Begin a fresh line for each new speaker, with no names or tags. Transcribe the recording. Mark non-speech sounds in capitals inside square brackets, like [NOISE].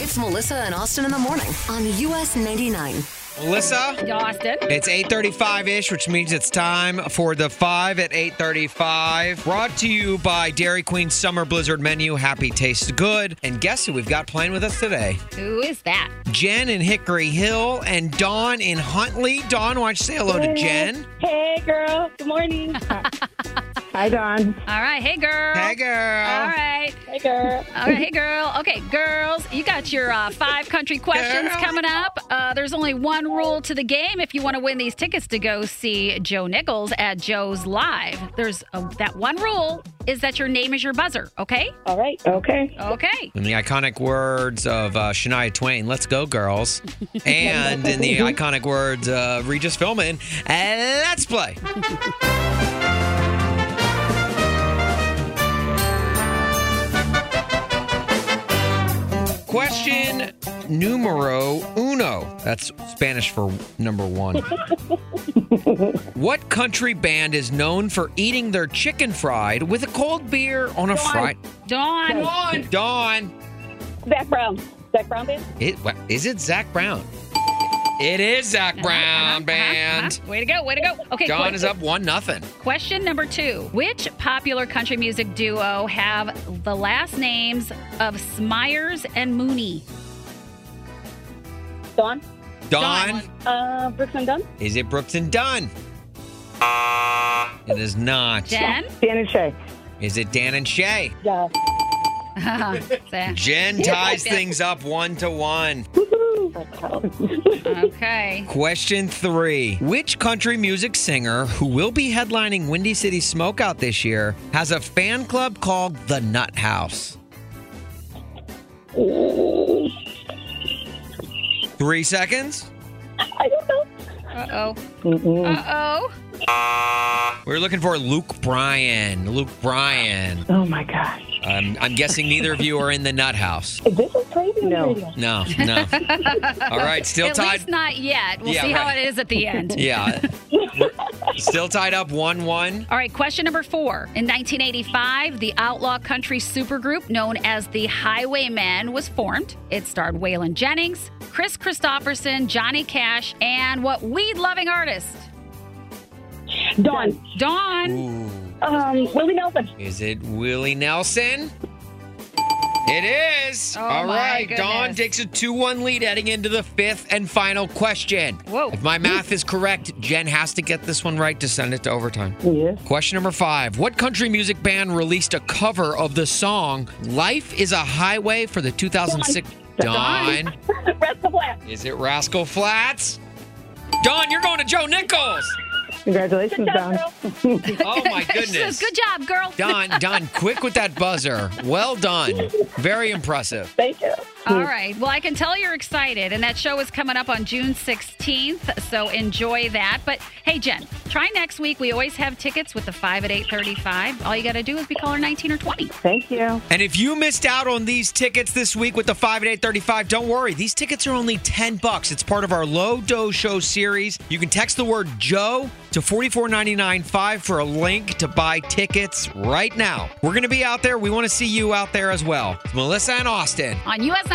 It's Melissa and Austin in the morning on US 99.
Melissa,
Austin.
it's 8:35-ish, which means it's time for the 5 at 8:35. Brought to you by Dairy Queen Summer Blizzard Menu. Happy tastes good. And guess who we've got playing with us today?
Who is that?
Jen in Hickory Hill and Dawn in Huntley. Dawn, why don't you say hello to Jen?
Hey, girl. Good [LAUGHS] morning. Hi, Don.
All right. Hey, girl.
Hey, girl.
All right.
Hey, girl.
All right. Hey, girl. Okay, girls, you got your uh, five country questions
Girl.
coming up. Uh, there's only one rule to the game if you want to win these tickets to go see Joe Nichols at Joe's Live. There's a, that one rule is that your name is your buzzer, okay?
All right. Okay.
Okay.
In the iconic words of uh, Shania Twain, let's go, girls. And in the iconic words of Regis Philbin, uh, let's play. Question numero uno. That's Spanish for number one. what country band is known for eating their chicken fried with a cold beer on a Friday?
Dawn.
Dawn! Dawn!
Zach Brown. Zach Brown Band?
It wa- is it Zach Brown? It is Zach Brown band.
Way to go. Way to go. Uh-huh, Okay.
Don
question-
is up one nothing.
Question number two Which popular country music duo have the last names of Smyers and Mooney?
Dawn?
Don,
Uh, Brooks and Dunn?
is it Brooks and Dunn? It is not.
Jen?
Dan and Shay.
Is it Dan and
[LAUGHS]
Shay?
Yeah.
Zach.
Jen ties things up one to one.
okay.
Question three Which country music singer who will be headlining Windy City Smokeout this year has a fan club called The Nut House? Three seconds.
I don't know.
Uh oh. Uh oh.
We're looking for Luke Bryan. Luke Bryan.
Oh my gosh.
Um, I'm guessing neither of you are in the nut house.
This is crazy.
No.
radio.
No,
[LAUGHS]
no. All right, still
At
tied.
least not yet. We'll
Yeah,
see how
right.
it is at the end.
[LAUGHS] Yeah. We're still tied up 1 1.
All right, question number four. In 1985, the outlaw country supergroup known as the Highwaymen was formed. It starred Waylon Jennings, Chris Christopherson, Johnny Cash, and what weed loving artist?
Dawn.
Dawn.
Ooh.
Um, Willie Nelson. [LAUGHS]
Is it Willie Nelson? It is.
Oh,
All
my
right. Dawn
goodness.
takes a 2 1 lead heading into the fifth and final question.
Whoa.
If my math is correct, Jen has to get this one right to send it to overtime.
Yeah.
Question number five What country music band released a cover of the song Life is a Highway for the 2006? Don.
Rest of Black.
Is it Rascal Flats? Don, you're going to Joe Nichols.
[LAUGHS]
Congratulations, Don.
Girl.
Oh my
She says,
goodness.
Good job, girl.
Don, Don, quick with that buzzer. Well done. Very impressive.
Thank you.
All right. Well, I can tell you're excited, and that show is coming up on June 16th. So enjoy that. But hey, Jen, try next week. We always have tickets with the five at 8:35. All you got to do is be caller 19 or 20.
Thank you.
And if you missed out on these tickets this week with the 5 at 835, don't worry. These tickets are only 10 bucks. It's part of our Low Dough Show series. You can text the word Joe to 44995 for a link to buy tickets right now. We're going to be out there. We want to see you out there as well. It's Melissa and Austin.
On US